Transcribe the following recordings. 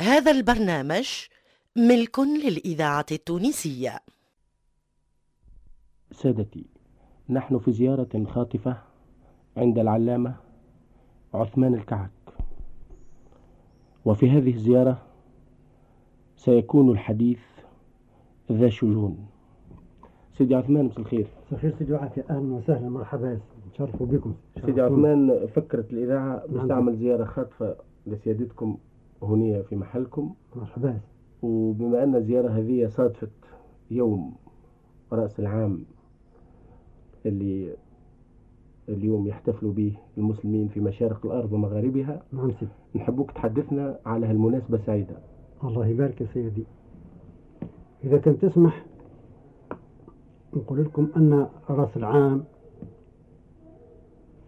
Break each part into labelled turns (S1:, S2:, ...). S1: هذا البرنامج ملك للإذاعة التونسية
S2: سادتي نحن في زيارة خاطفة عند العلامة عثمان الكعك وفي هذه الزيارة سيكون الحديث ذا شجون سيدي عثمان مساء الخير
S3: صحيح سيدي وعافية أهلا وسهلا مرحبا نتشرفوا بكم
S2: سيدي عثمان فكرة الإذاعة مستعمل زيارة خاطفة لسيادتكم هنا في محلكم
S3: مرحبا
S2: وبما أن الزيارة هذه صادفت يوم رأس العام اللي اليوم يحتفلوا به المسلمين في مشارق الأرض ومغاربها
S3: نعم سيدي
S2: نحبوك تحدثنا على هالمناسبة السعيدة
S3: الله يبارك يا سيدي إذا كان تسمح نقول لكم أن رأس العام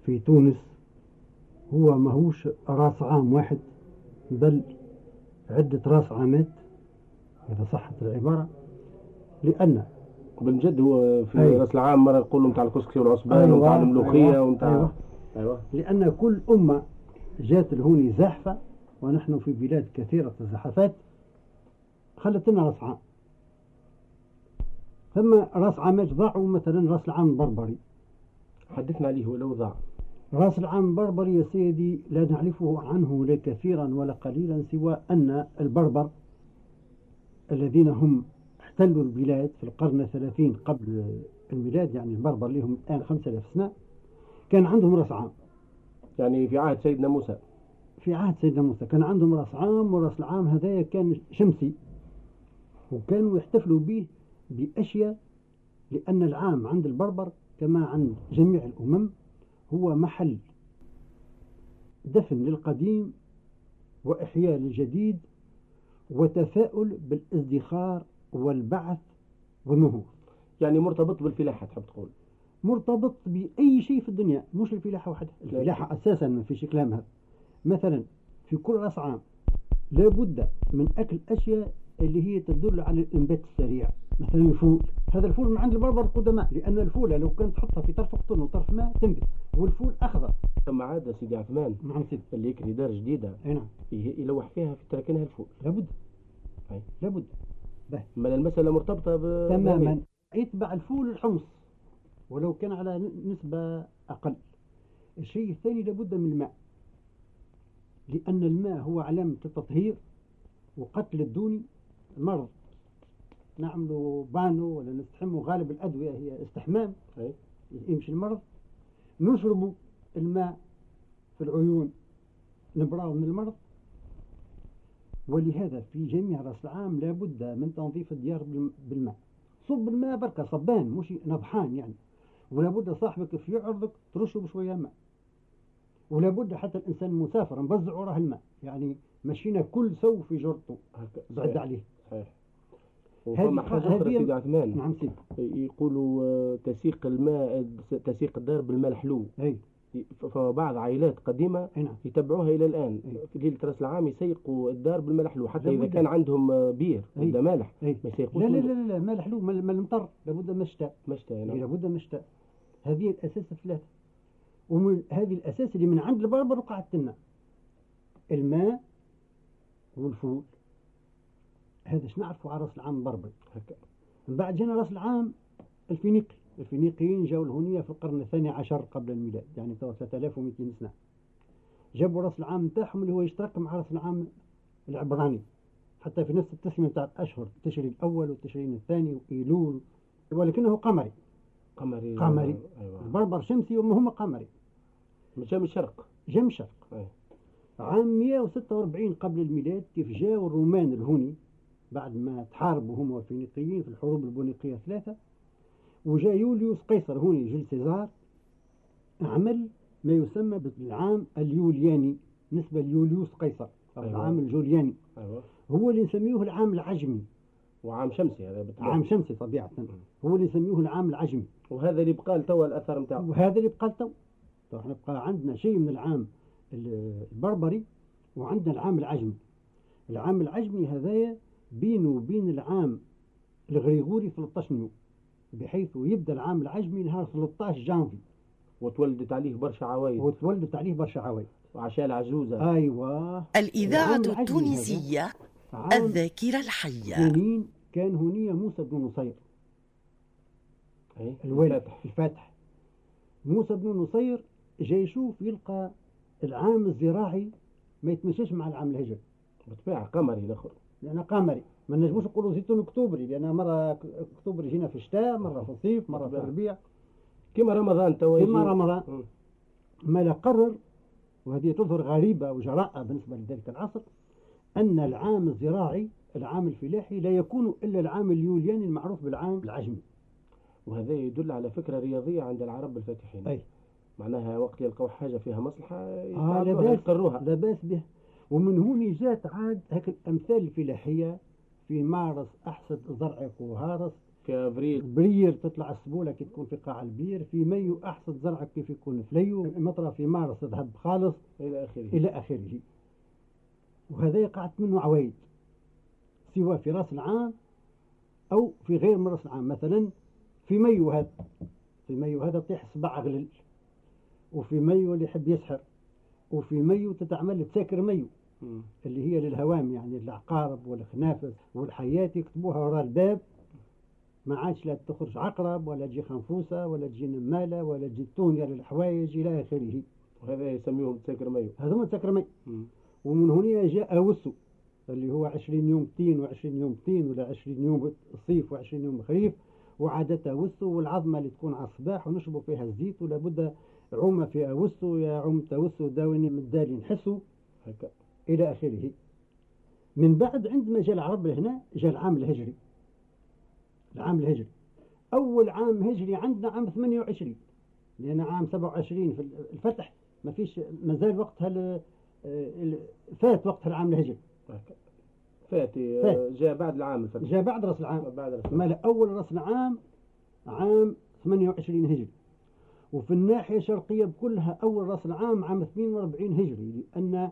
S3: في تونس هو ماهوش رأس عام واحد بل عدة رأس عامات إذا صحت العبارة لأن
S2: بالجد هو في
S3: أيوة.
S2: رأس العام مرة نقول له نتاع الكسكسي والعصبان
S3: أيوة،
S2: ونتاع الملوخية
S3: أيوة،
S2: ونتاع
S3: أيوة.
S2: أيوة
S3: لأن كل أمة جات لهوني زاحفة ونحن في بلاد كثيرة الزحفات خلت لنا رأس عام ثم رأس عامات ضاعوا مثلا رأس العام البربري
S2: حدثنا عليه ولو ضاع
S3: رأس العام البربري يا سيدي لا نعرفه عنه لا كثيرا ولا قليلا سوى أن البربر الذين هم احتلوا البلاد في القرن الثلاثين قبل الميلاد يعني البربر لهم الآن خمسة آلاف سنة كان عندهم رأس عام
S2: يعني في عهد سيدنا موسى
S3: في عهد سيدنا موسى كان عندهم رأس عام ورأس العام هذايا كان شمسي وكانوا يحتفلوا به بأشياء لأن العام عند البربر كما عند جميع الأمم هو محل دفن للقديم وإحياء للجديد وتفاؤل بالازدخار والبعث والنهوض
S2: يعني مرتبط بالفلاحة تحب تقول
S3: مرتبط بأي شيء في الدنيا مش الفلاحة وحدها الفلاحة أساسا ما فيش كلام هذا مثلا في كل رأس عام لابد من أكل أشياء اللي هي تدل على الإنبات السريع مثلا الفول هذا الفول من عند البربر القدماء لأن الفولة لو كانت تحطها في طرف قطن وطرف ماء تنبت والفول أخضر
S2: ثم عاد سيدي عثمان
S3: نعم سيدي
S2: اللي يكري دار جديدة
S3: أي نعم
S2: ي- يلوح فيها في تركنها الفوق
S3: لابد
S2: طيب.
S3: لابد
S2: ما المسألة مرتبطة ب
S3: تماما يتبع الفول الحمص ولو كان على نسبة أقل الشيء الثاني لابد من الماء لأن الماء هو علامة التطهير وقتل الدوني مرض نعملوا بانو ولا نستحموا غالب الأدوية هي استحمام
S2: أي.
S3: يمشي المرض نشربوا الماء في العيون نبراو من المرض ولهذا في جميع رأس العام لابد من تنظيف الديار بالم- بالماء صب الماء بركة صبان مش نضحان يعني ولابد صاحبك في عرضك ترشه بشوية ماء ولابد حتى الإنسان مسافر نبزعوا راه الماء يعني مشينا كل سو في جرته
S2: هكا.
S3: بعد عليه
S2: وفما
S3: هذه-
S2: حاجة أخرى
S3: هذه-
S2: سيدي عثمان
S3: نعم سيدي
S2: يقولوا آه، تسيق الماء تسيق الدار بالماء الحلو
S3: أي
S2: ف- فبعض عائلات قديمة
S3: أي إيه، نعم
S2: يتبعوها الى الان
S3: أي.
S2: في ليله راس العام يسيقوا الدار بالماء الحلو حتى اذا
S3: لابد.
S2: كان عندهم آه، بير
S3: أي.
S2: ولا مالح
S3: أي
S2: ما يسيقوش
S3: لا إيه. لا
S2: منه.
S3: لا لا مال حلو مال مال المطر لابد من الشتاء
S2: مشتى يعني.
S3: إيه، لابد من الشتاء هذه الأساس الثلاثة ومن هذه الأساس اللي من عند البربر وقعت لنا الماء والفول هذا شنو نعرفه على رأس العام البربري
S2: هكا.
S3: من بعد جينا رأس العام الفينيقي الفينيقيين جاوا لهونية في القرن الثاني عشر قبل الميلاد يعني تو 3200 سنة جابوا رأس العام نتاعهم اللي هو يشترك مع رأس العام العبراني حتى في نفس التسمية نتاع الأشهر التشرين الأول والتشرين الثاني وإيلول ولكنه قمري
S2: قمري
S3: قمري.
S2: ايوه
S3: البربر شمسي وما هم قمري
S2: من شام الشرق
S3: جم شرق
S2: أي.
S3: عام 146 قبل الميلاد كيف جاءوا الرومان الهوني بعد ما تحاربوا هم والفينيقيين في الحروب البونيقية الثلاثة وجاء يوليوس قيصر هوني جيل سيزار عمل ما يسمى بالعام اليولياني نسبة ليوليوس قيصر أو
S2: أيوة.
S3: العام الجولياني
S2: ايوه
S3: هو اللي نسميه العام العجمي
S2: وعام شمسي هذا بالطبع.
S3: عام شمسي طبيعة هو اللي نسميه العام العجمي
S2: وهذا اللي بقى لتوا الاثر نتاعه
S3: وهذا اللي بقى لتو تو احنا بقى عندنا شيء من العام ال- البربري وعندنا العام العجمي العام العجمي هذايا بينه وبين العام الغريغوري 13 يوم بحيث يبدا العام العجمي نهار 13 جانفي
S2: وتولدت عليه برشا عوايد
S3: وتولدت عليه برشا عوايد
S2: وعشاء العجوزة
S3: أيوة
S1: الإذاعة
S3: العلم عجمي
S1: التونسية
S3: عام
S1: الذاكرة الحية
S3: هونين كان هونية موسى بن نصير
S2: أي.
S3: الوالد
S2: فتح.
S3: الفاتح موسى بن نصير جاي يشوف يلقى العام الزراعي ما يتمشاش مع العام الهجري
S2: بالطبيعة قمري الآخر
S3: لأن قمري ما نجموش نقولوا زيتون اكتوبري لأن مرة اكتوبري جينا في الشتاء مرة في الصيف مرة في الربيع
S2: كما رمضان توا يجي.
S3: إما رمضان
S2: مم.
S3: ما لا قرر وهذه تظهر غريبة وجراءة بالنسبة لذلك العصر أن العام الزراعي العام الفلاحي لا يكون إلا العام اليولياني المعروف بالعام العجمي
S2: وهذا يدل على فكرة رياضية عند العرب الفاتحين
S3: أي.
S2: معناها وقت يلقوا حاجة فيها مصلحة
S3: آه لا
S2: يتعبوها
S3: بأس
S2: يقروها
S3: لا بأس به ومن هون جات عاد هيك الأمثال الفلاحية في معرس أحسد زرعك وهارس
S2: في أفريل
S3: برير تطلع السبولة كي تكون في قاع البير في ميو أحسد زرعك كيف يكون فليو مطرة في معرس ذهب خالص
S2: إلى آخره
S3: إلى آخره وهذا يقعت منه عوايد سواء في رأس العام أو في غير من رأس العام مثلا في مايو هذا في مايو هذا طيح سبع غلل وفي مايو اللي يحب يسحر وفي مايو تتعمل تساكر مايو
S2: مم.
S3: اللي هي للهوام يعني العقارب والخنافس والحيات يكتبوها وراء الباب ما عادش لا تخرج عقرب ولا تجي خنفوسه ولا تجي نماله ولا تجي تونيا للحوايج الى اخره
S2: وهذا يسميهم تساكر مايو
S3: هذوما تساكر مايو
S2: مم.
S3: ومن هنا جاء وسو اللي هو 20 يوم تين و20 يوم تين ولا 20 يوم صيف و20 يوم خريف وعادة وسو والعظمة اللي تكون على الصباح ونشربوا فيها الزيت ولا بد عومة فيها وسو يا عومة وسو داوني من دالي نحسو
S2: هكا
S3: إلى آخره من بعد عندما جاء العرب لهنا جاء العام الهجري العام الهجري أول عام هجري عندنا عام 28 لأن عام 27 في الفتح ما فيش مازال وقتها ال- آه، ال- فات وقتها العام الهجري
S2: هكا فاتي
S3: فات.
S2: آه، جاء بعد العام الفتح
S3: جاء بعد رأس العام
S2: بعد الفتح.
S3: مال أول رأس العام عام 28 هجري وفي الناحية الشرقية بكلها أول رأس العام عام 42 هجري لأن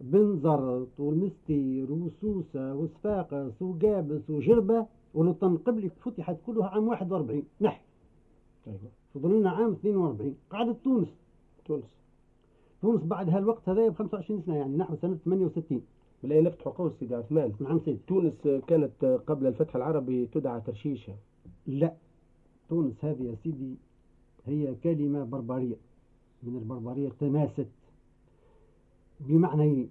S3: بن زرط والمستير وسوسة وصفاقس وقابس وجربة ولطن قبلي فتحت كلها عام 41 نحي
S2: أيوة.
S3: فضل لنا عام 42 قعدت تونس
S2: تونس
S3: تونس بعد هالوقت هذا ب 25 سنة يعني نحو سنة 68
S2: بلا نفتحوا قوس سيدي عثمان
S3: نعم سيدي
S2: تونس آه، كانت آه، قبل الفتح العربي تدعى ترشيشة
S3: لا تونس هذه يا سيدي هي كلمة بربرية من البربرية تناست بمعنى إيه؟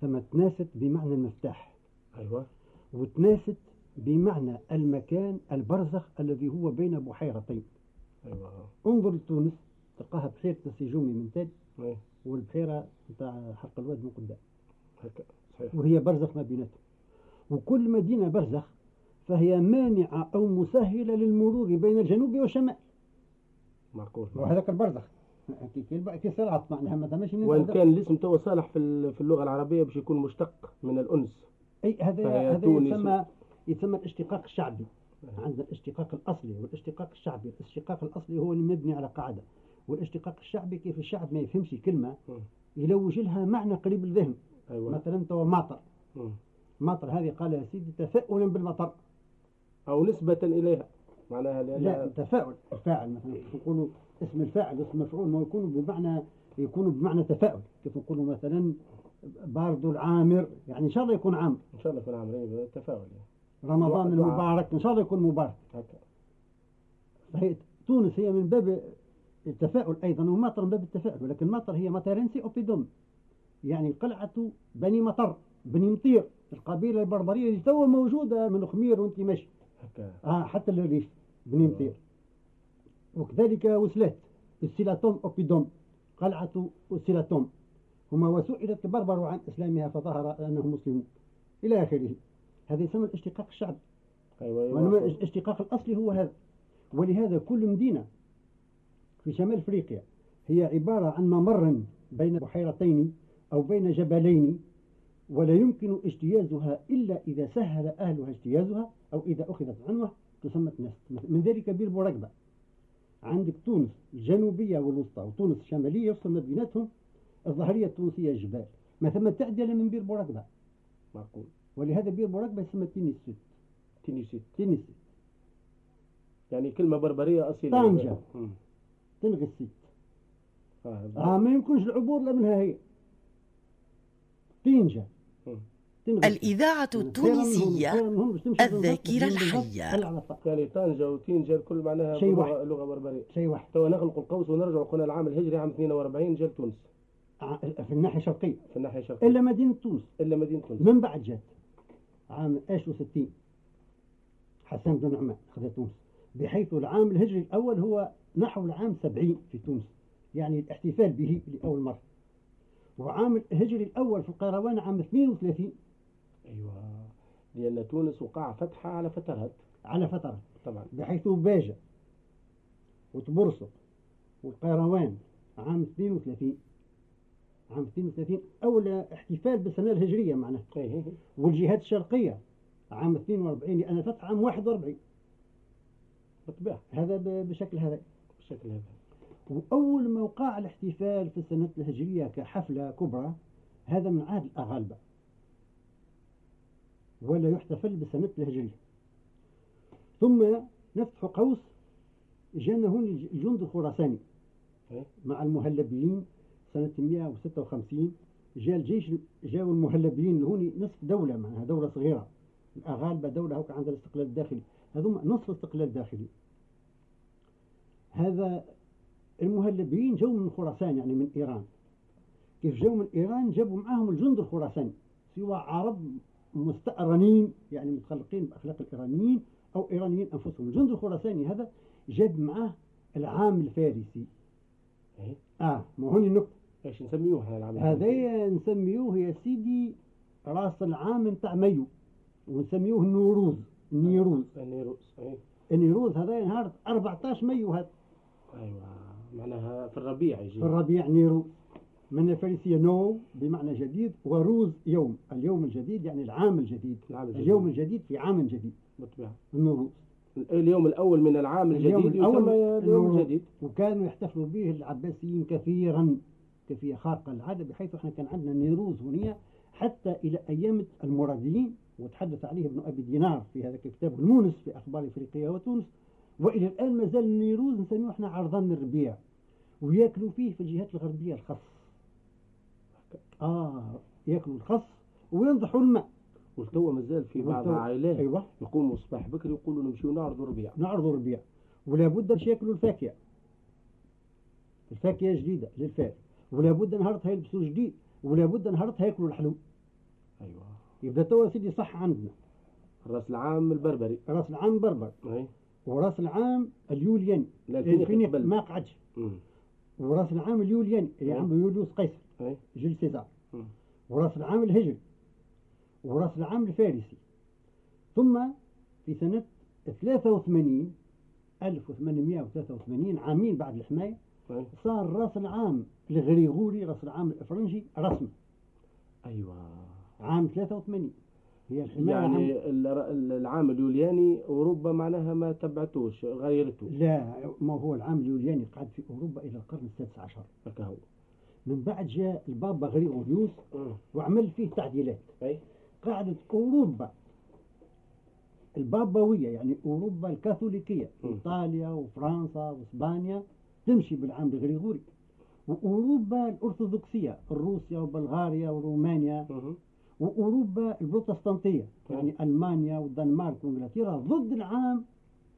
S3: ثم تناست بمعنى المفتاح
S2: أيوة
S3: وتناست بمعنى المكان البرزخ الذي هو بين بحيرتين
S2: أيوة
S3: انظر لتونس تلقاها بحيرة السجومي من تل
S2: أي.
S3: والبحيرة نتاع حق الواد من قدام
S2: هكا صحيح
S3: وهي برزخ ما بيناتهم وكل مدينة برزخ فهي مانعة أو مسهلة للمرور بين الجنوب والشمال
S2: معقول
S3: وهذاك البرزخ كي- كي الب- كي صراط معناها ما ثماش ناس
S2: وان
S3: هذا-
S2: كان الاسم توا صالح في ال- في اللغه العربيه باش يكون مشتق من الانس
S3: اي هذا
S2: فهي
S3: هذا
S2: تونس
S3: يسمى يسمى الاشتقاق الشعبي عندنا الاشتقاق الاصلي والاشتقاق الشعبي، الاشتقاق الاصلي هو اللي مبني على قاعده والاشتقاق الشعبي كيف الشعب ما يفهمش كلمه
S2: مم.
S3: يلوج لها معنى قريب الذهن،
S2: ايوه
S3: مثلا توا معطر،
S2: مم.
S3: معطر هذه قال يا سيدي تفاؤلا بالمطر،
S2: او نسبه اليها معناها
S3: لا
S2: لان
S3: تفاؤل الفاعل مثلا كيف نقولوا اسم الفاعل اسم المفعول ما يكون بمعنى يكون بمعنى تفاؤل كيف نقولوا مثلا بارد العامر يعني ان شاء الله يكون عامر
S2: ان شاء الله في العام التفاؤل يعني
S3: رمضان
S2: دعاء.
S3: المبارك ان شاء الله يكون مبارك
S2: هكا
S3: فهي تونس هي من باب التفاؤل ايضا ومطر من باب التفاؤل ولكن مطر هي مطرنسي اوبيدوم يعني قلعه بني مطر بني مطير القبيله البربريه اللي توا موجوده من خمير وانت ماشي
S2: هكا
S3: آه حتى الريف بني مطير وكذلك وسلات السيلاتوم اوبيدوم قلعه السيلاتوم هما وسئلت البربر عن اسلامها فظهر انهم مسلمون الى اخره هذا يسمى الاشتقاق الشعبي
S2: ايوه
S3: وإنما
S2: أيوة.
S3: الاشتقاق الأصلي هو هذا ولهذا كل مدينة في شمال أفريقيا هي عبارة عن ممر بين بحيرتين أو بين جبلين ولا يمكن اجتيازها إلا إذا سهل أهلها اجتيازها أو إذا أخذت عنوة تسمى تنست من ذلك بير بورقبة عندك تونس الجنوبية والوسطى وتونس الشمالية يفصل ما بيناتهم الظهرية التونسية جبال ما ثم تعدل من بير بورقبة
S2: معقول
S3: ولهذا بير بورقبة يسمى تينيس
S2: تينيسيت
S3: تينيس
S2: يعني كلمه بربريه اصيله
S3: طنجة.
S2: مم.
S3: تلغي الست
S2: آه.
S3: آه ما يمكنش العبور لا منها هي تنجا
S2: مم.
S3: تنجا.
S1: الإذاعة
S3: فعلاً هم-
S1: التونسية
S3: فعلاً هم باش تمشي بالضبط.
S1: الذاكرة
S3: بالضبط.
S1: الحية.
S3: هل على صح؟
S2: يعني طنجة وتنجة الكل معناها
S3: شيء
S2: لغة,
S3: واحد.
S2: لغة بربرية
S3: شيء واحد
S2: تو نغلق القوس ونرجع قلنا العام الهجري عام 42 جا لتونس
S3: ع- في الناحية الشرقية
S2: في الناحية الشرقية
S3: إلا مدينة تونس
S2: إلا مدينة تونس
S3: من بعد جات عام 61 حسان بن نعمان خذ تونس بحيث العام الهجري الأول هو نحو العام 70 في تونس يعني الاحتفال به لأول مرة وعام الهجري الأول في القيروان عام 32
S2: أيوة لأن تونس وقع فتحة على فترات
S3: على فترة
S2: طبعا
S3: بحيث باجة وتبرصق والقيروان عام 32 عام 32 أول احتفال بالسنة الهجرية معناه
S2: إيه إيه إيه.
S3: والجهات الشرقية عام 42 لأن فتح عام 41
S2: بالطبيعة
S3: هذا ب- بشكل هذا
S2: بالشكل هذا
S3: وأول ما وقع الاحتفال في السنة الهجرية كحفلة كبرى هذا من عهد الأغالبة ولا يحتفل بالسنة الهجرية ثم نفتح قوس جانا هون الج- الجند الخراساني
S2: إيه.
S3: مع المهلبيين سنة 156 جاء الجيش جاءوا المهلبيين لهوني نصف دولة معناها دولة صغيرة الأغالبة دولة هوك عندها الاستقلال الداخلي هذوما نصف الاستقلال الداخلي هذا المهلبيين جاوا من خراسان يعني من إيران كيف جاوا من إيران جابوا معاهم الجند الخراساني سواء عرب مستأرنين يعني متخلقين بأخلاق الإيرانيين أو إيرانيين أنفسهم الجند الخراساني هذا جاب معاه العام الفارسي
S2: إيه.
S3: اه ما هوني النكتة
S2: إيش نسميوه احنا العام الهجري؟
S3: هذايا نسميوه يا سيدي راس العام نتاع مايو ونسميوه النوروز النيروز
S2: نيروز إيه.
S3: النيروز هذايا نهار 14 مايو هذا
S2: أيوة معناها في الربيع يجي
S3: في الربيع نيروز من الفارسية نو بمعنى جديد وروز يوم اليوم الجديد يعني العام الجديد
S2: العام نعم، الجديد.
S3: اليوم الجديد في عام جديد
S2: بالطبيعة
S3: النوروز
S2: اليوم الأول من العام الجديد
S3: اليوم الأول
S2: يسمى اليوم
S3: النوروز.
S2: الجديد
S3: وكانوا يحتفلوا به العباسيين كثيرا كثير خارقة العادة بحيث احنا كان عندنا نيروز هنا حتى إلى أيام المراديين وتحدث عليه ابن أبي دينار في هذا الكتاب المونس في أخبار إفريقيا وتونس وإلى الآن ما زال النيروز نسميه احنا عرضان الربيع وياكلوا فيه في الجهات الغربية الخس آه ياكلوا الخس وينضحوا الماء
S2: والتوا مازال في بعض
S3: والتوا-
S2: العائلات
S3: أيوه
S2: يقوموا الصباح بكري يقولوا نمشيو نعرضوا ربيع
S3: نعرضوا الربيع ولا بد باش ياكلوا الفاكهه الفاكهه جديده للفال ولا بد نهارتها يلبسوا جديد ولا بد نهارتها ياكلوا الحلو
S2: أيوة
S3: يبدا توا سيدي صح عندنا
S2: الراس العام البربري إيه.
S3: راس العام بربر
S2: اي
S3: وراس العام اليولياني
S2: الفينيق قبل
S3: ما قعدش
S2: أمم.
S3: وراس العام اليولياني اللي
S2: أي.
S3: عمرو يوليوس قيصر
S2: أي.
S3: جيل سيزار
S2: مم.
S3: وراس العام الهجري وراس العام الفارسي ثم في سنة 83 1883 عامين بعد الحماية
S2: أي.
S3: صار راس العام الغريغوري راس العام الافرنجي رسمي
S2: ايوه
S3: عام 83 هي الحماية عام
S2: يعني ال- ال- العام اليولياني اوروبا معناها ما تبعتوش غيرته
S3: لا ما هو العام اليولياني قعد في اوروبا الى القرن السادس عشر
S2: هكا هو
S3: من بعد جاء البابا غريغوريوس وعمل فيه تعديلات
S2: أي.
S3: قاعدة أوروبا البابوية يعني أوروبا الكاثوليكية
S2: مم.
S3: إيطاليا وفرنسا وإسبانيا تمشي بالعام الغريغوري وأوروبا الأرثوذكسية روسيا وبلغاريا ورومانيا
S2: مهم.
S3: وأوروبا البروتستانتية
S2: مم.
S3: يعني ألمانيا والدنمارك وإنجلترا ضد العام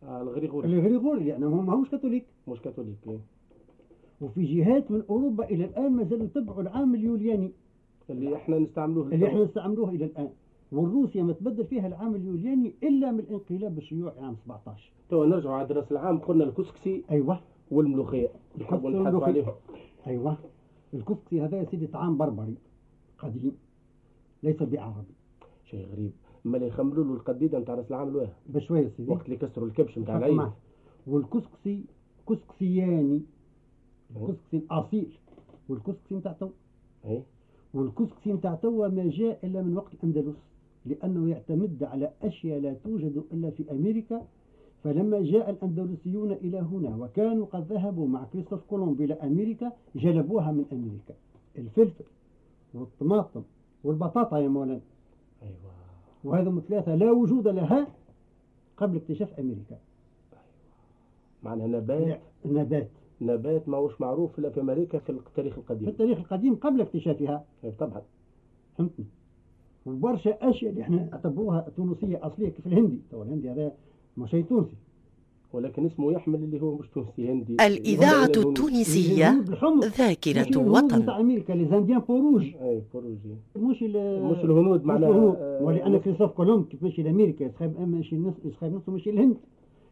S2: آه، الغريغوري
S3: الغريغوري لأنه هو ماهوش كاثوليك
S2: مش كاثوليك يعني أي.
S3: وفي جهات من أوروبا إلى الآن ما زالوا يتبعوا العام اليولياني
S2: اللي احنا نستعملوه
S3: اللي
S2: للتو.
S3: احنا نستعملوه الى الان والروسيا ما تبدل فيها العام اليولياني الا من الانقلاب الشيوعي عام 17
S2: تو نرجعوا على راس العام قلنا الكسكسي
S3: ايوه
S2: والملوخيه نحبوا نحكوا
S3: والملوخية.
S2: عليهم
S3: ايوه الكسكسي هذا يا سيدي طعام بربري قديم ليس بعربي
S2: شيء غريب ما اللي يخملوا له القديده نتاع راس العام الواه
S3: بشويه يا سيدي
S2: وقت اللي كسروا الكبش نتاع
S3: فقط
S2: العيد
S3: معه. والكسكسي كسكسياني الكسكسي الاصيل والكسكسي نتاع تو
S2: أي.
S3: والكسكسي نتاع توا ما جاء الا من وقت الاندلس لانه يعتمد على اشياء لا توجد الا في امريكا فلما جاء الاندلسيون الى هنا وكانوا قد ذهبوا مع كريستوف كولومب الى امريكا جلبوها من امريكا الفلفل والطماطم والبطاطا يا مولانا
S2: ايوه
S3: وهذا من ثلاثه لا وجود لها قبل اكتشاف امريكا إيه.
S2: معناها نبات
S3: نبات
S2: نبات ما هوش معروف إلا في أمريكا في التاريخ
S3: في
S2: القديم
S3: التاريخ القديم قبل اكتشافها
S2: إيه طبعا
S3: فهمتني وبرشا اشياء اللي احنا اعتبروها تونسيه اصليه كيف الهندي تو الهندي هذا ماشي تونسي
S2: ولكن اسمه يحمل اللي هو مش تونسي هندي
S1: الإذاعة
S2: اللي هو-
S1: التونسية
S3: الهنود الحمر
S1: ذاكرة
S3: تاع
S1: وطن
S3: امريكا ليزانديان بوروج
S2: أي بروجي
S3: مش ال-
S2: مش الهنود
S3: آه، مش
S2: معناها
S3: الهنود.
S2: آه،
S3: ولان كريستوف كولومب كيف مشي لامريكا يسخيب ماشي النص يسخيب نصه مشي الهند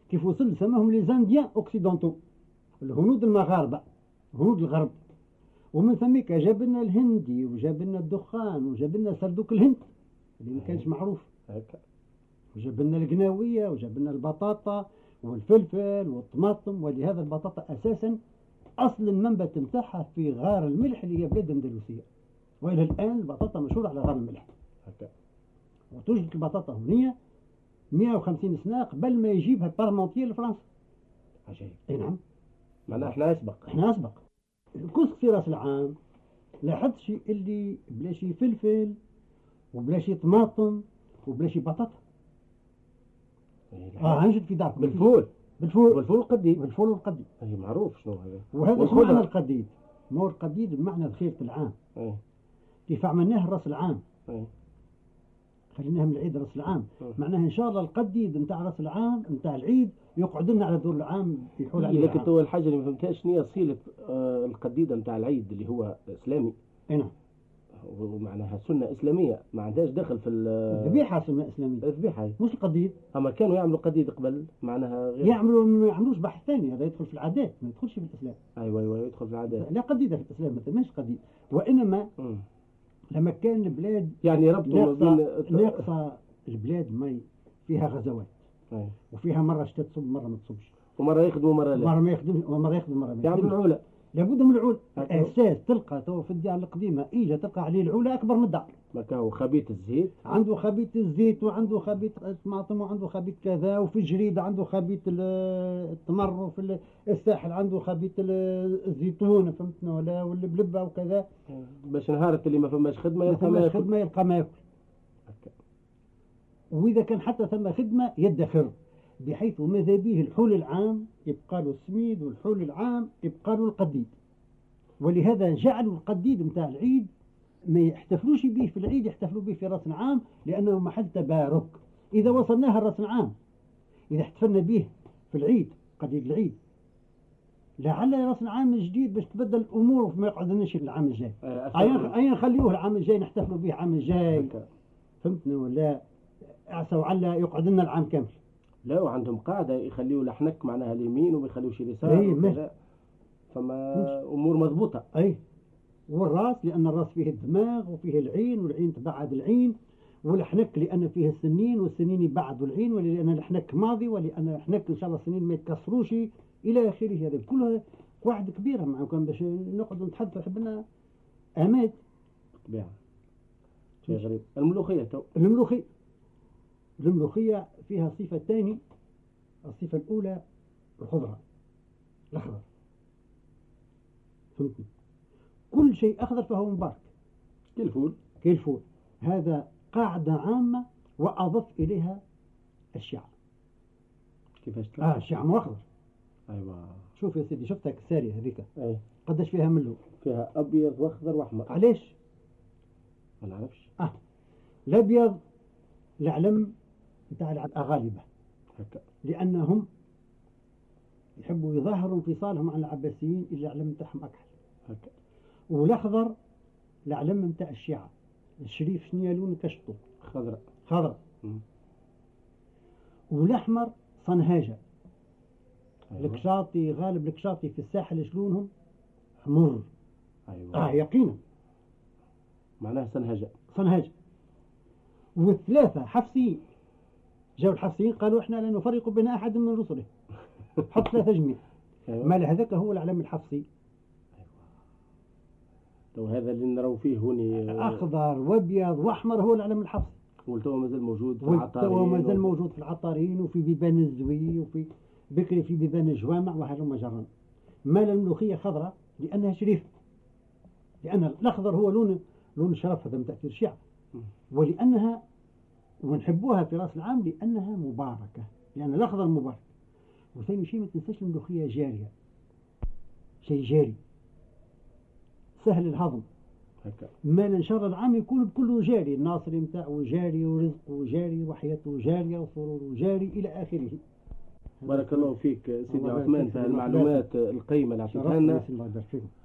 S3: كيف وصل سماهم ليزانديان اوكسيدونتو الهنود المغاربه هنود الغرب ومن ثميك جاب لنا الهندي وجاب لنا الدخان وجاب لنا سردوك الهند اللي ما
S2: آه.
S3: كانش معروف
S2: هكا
S3: وجاب لنا القناويه وجاب لنا البطاطا والفلفل والطماطم ولهذا البطاطا اساسا اصل المنبت نتاعها في غار الملح اللي هي بلاد اندلسيه والى الان البطاطا مشهوره على غار الملح
S2: هكا
S3: وتوجد البطاطا هنية 150 سنة قبل ما يجيبها بارمونتير لفرنسا
S2: عجيب
S3: اي نعم
S2: معناها احنا أسبق
S3: احنا اسبق الكسك في راس العام لاحظت شي اللي بلا شي فلفل وبلا شي طماطم وبلا شي بطاطا اه
S2: إيه،
S3: هنجد في داركم
S2: بالفول
S3: بالفول
S2: بالفول القديم
S3: بالفول والقديد
S2: أي إيه، معروف شنو هذا
S3: وهذا شو
S2: والخضرة.
S3: معنى القديد مور القديد بمعنى الخيط العام
S2: أي
S3: كيف عملناه راس العام
S2: أي
S3: خليناها من العيد راس العام
S2: مم.
S3: معناها ان شاء الله القديد نتاع راس العام نتاع العيد يقعد لنا على دور العام يحول عليه
S2: لكن
S3: العام.
S2: تو الحاجة اللي ما فهمتهاش شنو هي صلة آه، القديدة نتاع العيد اللي هو إسلامي
S3: اي نعم
S2: ومعناها سنة إسلامية ما عندهاش دخل في ال-
S3: الذبيحة سنة إسلامية
S2: الذبيحة هي.
S3: مش القضية
S2: أما كانوا يعملوا قديد قبل معناها غير
S3: يعملوا ما يعملوش بحث ثاني هذا يدخل في العادات ما يدخلش في الإسلام
S2: أيوة أيوة يدخل في العادات
S3: لا قضية في الإسلام ما ثماش قضية وإنما
S2: مم.
S3: لما كان البلاد
S2: يعني ربطوا ما
S3: ناقصة
S2: بين الت-
S3: ناقصة البلاد مي فيها غزوات
S2: أي.
S3: وفيها مرة شتاء تصب مرة ما تصبش
S2: أيوة. ومرة يخدموا مرة لا
S3: مرة ما يخدمش ومرة يخدم مرة ما
S2: يعملوا
S3: يخدمش
S2: العولة
S3: لابد من العول
S2: هكذا.
S3: الأساس تلقى تو في الديار القديمة إيجا تلقى عليه العولة أكبر من الدار
S2: ما كانوا خبيث الزيت
S3: عنده خبيت الزيت وعنده خبيت الطماطم وعنده خبيت كذا وفي الجريد عنده خبيت ال- التمر وفي ال- الساحل عنده خبيت ال- الزيتون فهمتنا ولا والبلبه وكذا
S2: باش نهارت اللي ما فماش خدمة
S3: ما
S2: يلقى ما
S3: ثماش
S2: ياكل
S3: خدمه يلقى ما ياكل
S2: هكا.
S3: واذا كان حتى ثم خدمه يدخر بحيث ماذا به الحول العام يبقى له السميد والحول العام يبقى له القديد ولهذا جعلوا القديد نتاع العيد ما يحتفلوش به في العيد يحتفلوا به في راس العام لانه محل تبارك اذا وصلناها راس العام اذا احتفلنا به في العيد قديد العيد لعل راس العام الجديد باش تبدل الامور وما يقعدناش العام الجاي
S2: آه، أثر-
S3: اي نخليوه العام الجاي نحتفلوا به العام الجاي
S2: هكا.
S3: فهمتني ولا عسى وعلا يقعد لنا العام كامل
S2: لا وعندهم قاعدة يخليوا لحنك معناها اليمين وما يخليوش
S3: إيه،
S2: اليسار
S3: ماشي.
S2: وكذا. فما أمور مضبوطة
S3: اي والراس لان الراس فيه الدماغ وفيه العين والعين تبعد العين والحنك لان فيه السنين والسنين يبعدوا العين ولان الحنك ماضي ولان الحنك ان شاء الله السنين ما يتكسروش الى اخره هذا كلها واحد كبيره معكم باش نقعد نتحدث حبنا امات
S2: بالطبيعة شيء غريب الملوخية تو
S3: الملوخية الملوخية فيها صفة ثاني الصفة الأولى الخضرة الأخضر فهمتني كل شيء أخضر فهو مبارك
S2: كي الفول
S3: كالفول هذا قاعدة عامة وأضف إليها الشعر
S2: كيفاش
S3: آه
S2: تطلع؟
S3: الشعر مو أخضر
S2: ايوه
S3: شوف يا سيدي شفتها كسارية هذيك
S2: اي
S3: قداش فيها من اللون
S2: فيها ابيض واخضر واحمر
S3: علاش
S2: ما نعرفش
S3: الأبيض العلم نتاع الأغالبة
S2: هكا
S3: لأنهم يحبوا يظهروا انفصالهم عن العباسيين إلا العلم نتاعهم أكحل
S2: هكا
S3: والأخضر العلم نتاع الشيعة الشريف شنو لون كشطو
S2: خضراء
S3: خضر
S2: مم.
S3: والأحمر صنهاجة
S2: أيوة.
S3: الكشاطي غالب الكشاطي في الساحل شلونهم حمر آه
S2: ايوه
S3: يقينا
S2: معناها سنهجة
S3: صنهاجة والثلاثة حفصيين جاو الحفصيين قالوا احنا لا نفرق بين أحد من رسله حط ثلاثة جميع
S2: أيوة.
S3: ما هذاك هو العلم الحفصي
S2: تو هذا اللي نراو فيه هوني آه،
S3: اخضر وابيض واحمر هو العلم الحفصي
S2: والتو مازال موجود في
S3: والتوا
S2: العطارين
S3: مازال
S2: و-
S3: موجود في العطارين وفي بيبان الزوي وفي بكري في بيبان الجوامع وهذا جرا مال الملوخيه خضراء لانها شريف لان الاخضر هو لون لون الشرف هذا من تاثير الشعب
S2: مم.
S3: ولانها ونحبوها في راس العام لانها مباركه لان الاخضر مبارك وثاني شيء ما تنساش الملوخيه جاريه شيء جاري سهل الهضم
S2: هكا
S3: مال ان شاء الله العام يكون كله جاري الناصري نتاعو جاري ورزقه جاري وحياته جاريه وسروره جاري الى اخره
S2: بارك الله فيك
S3: الله
S2: سيدي
S3: يبارك
S2: عثمان
S3: فيك.
S2: في هالمعلومات القيمة اللي
S3: شرفنا
S2: عطيتها لنا
S3: ياسين، الله يبارك فيكم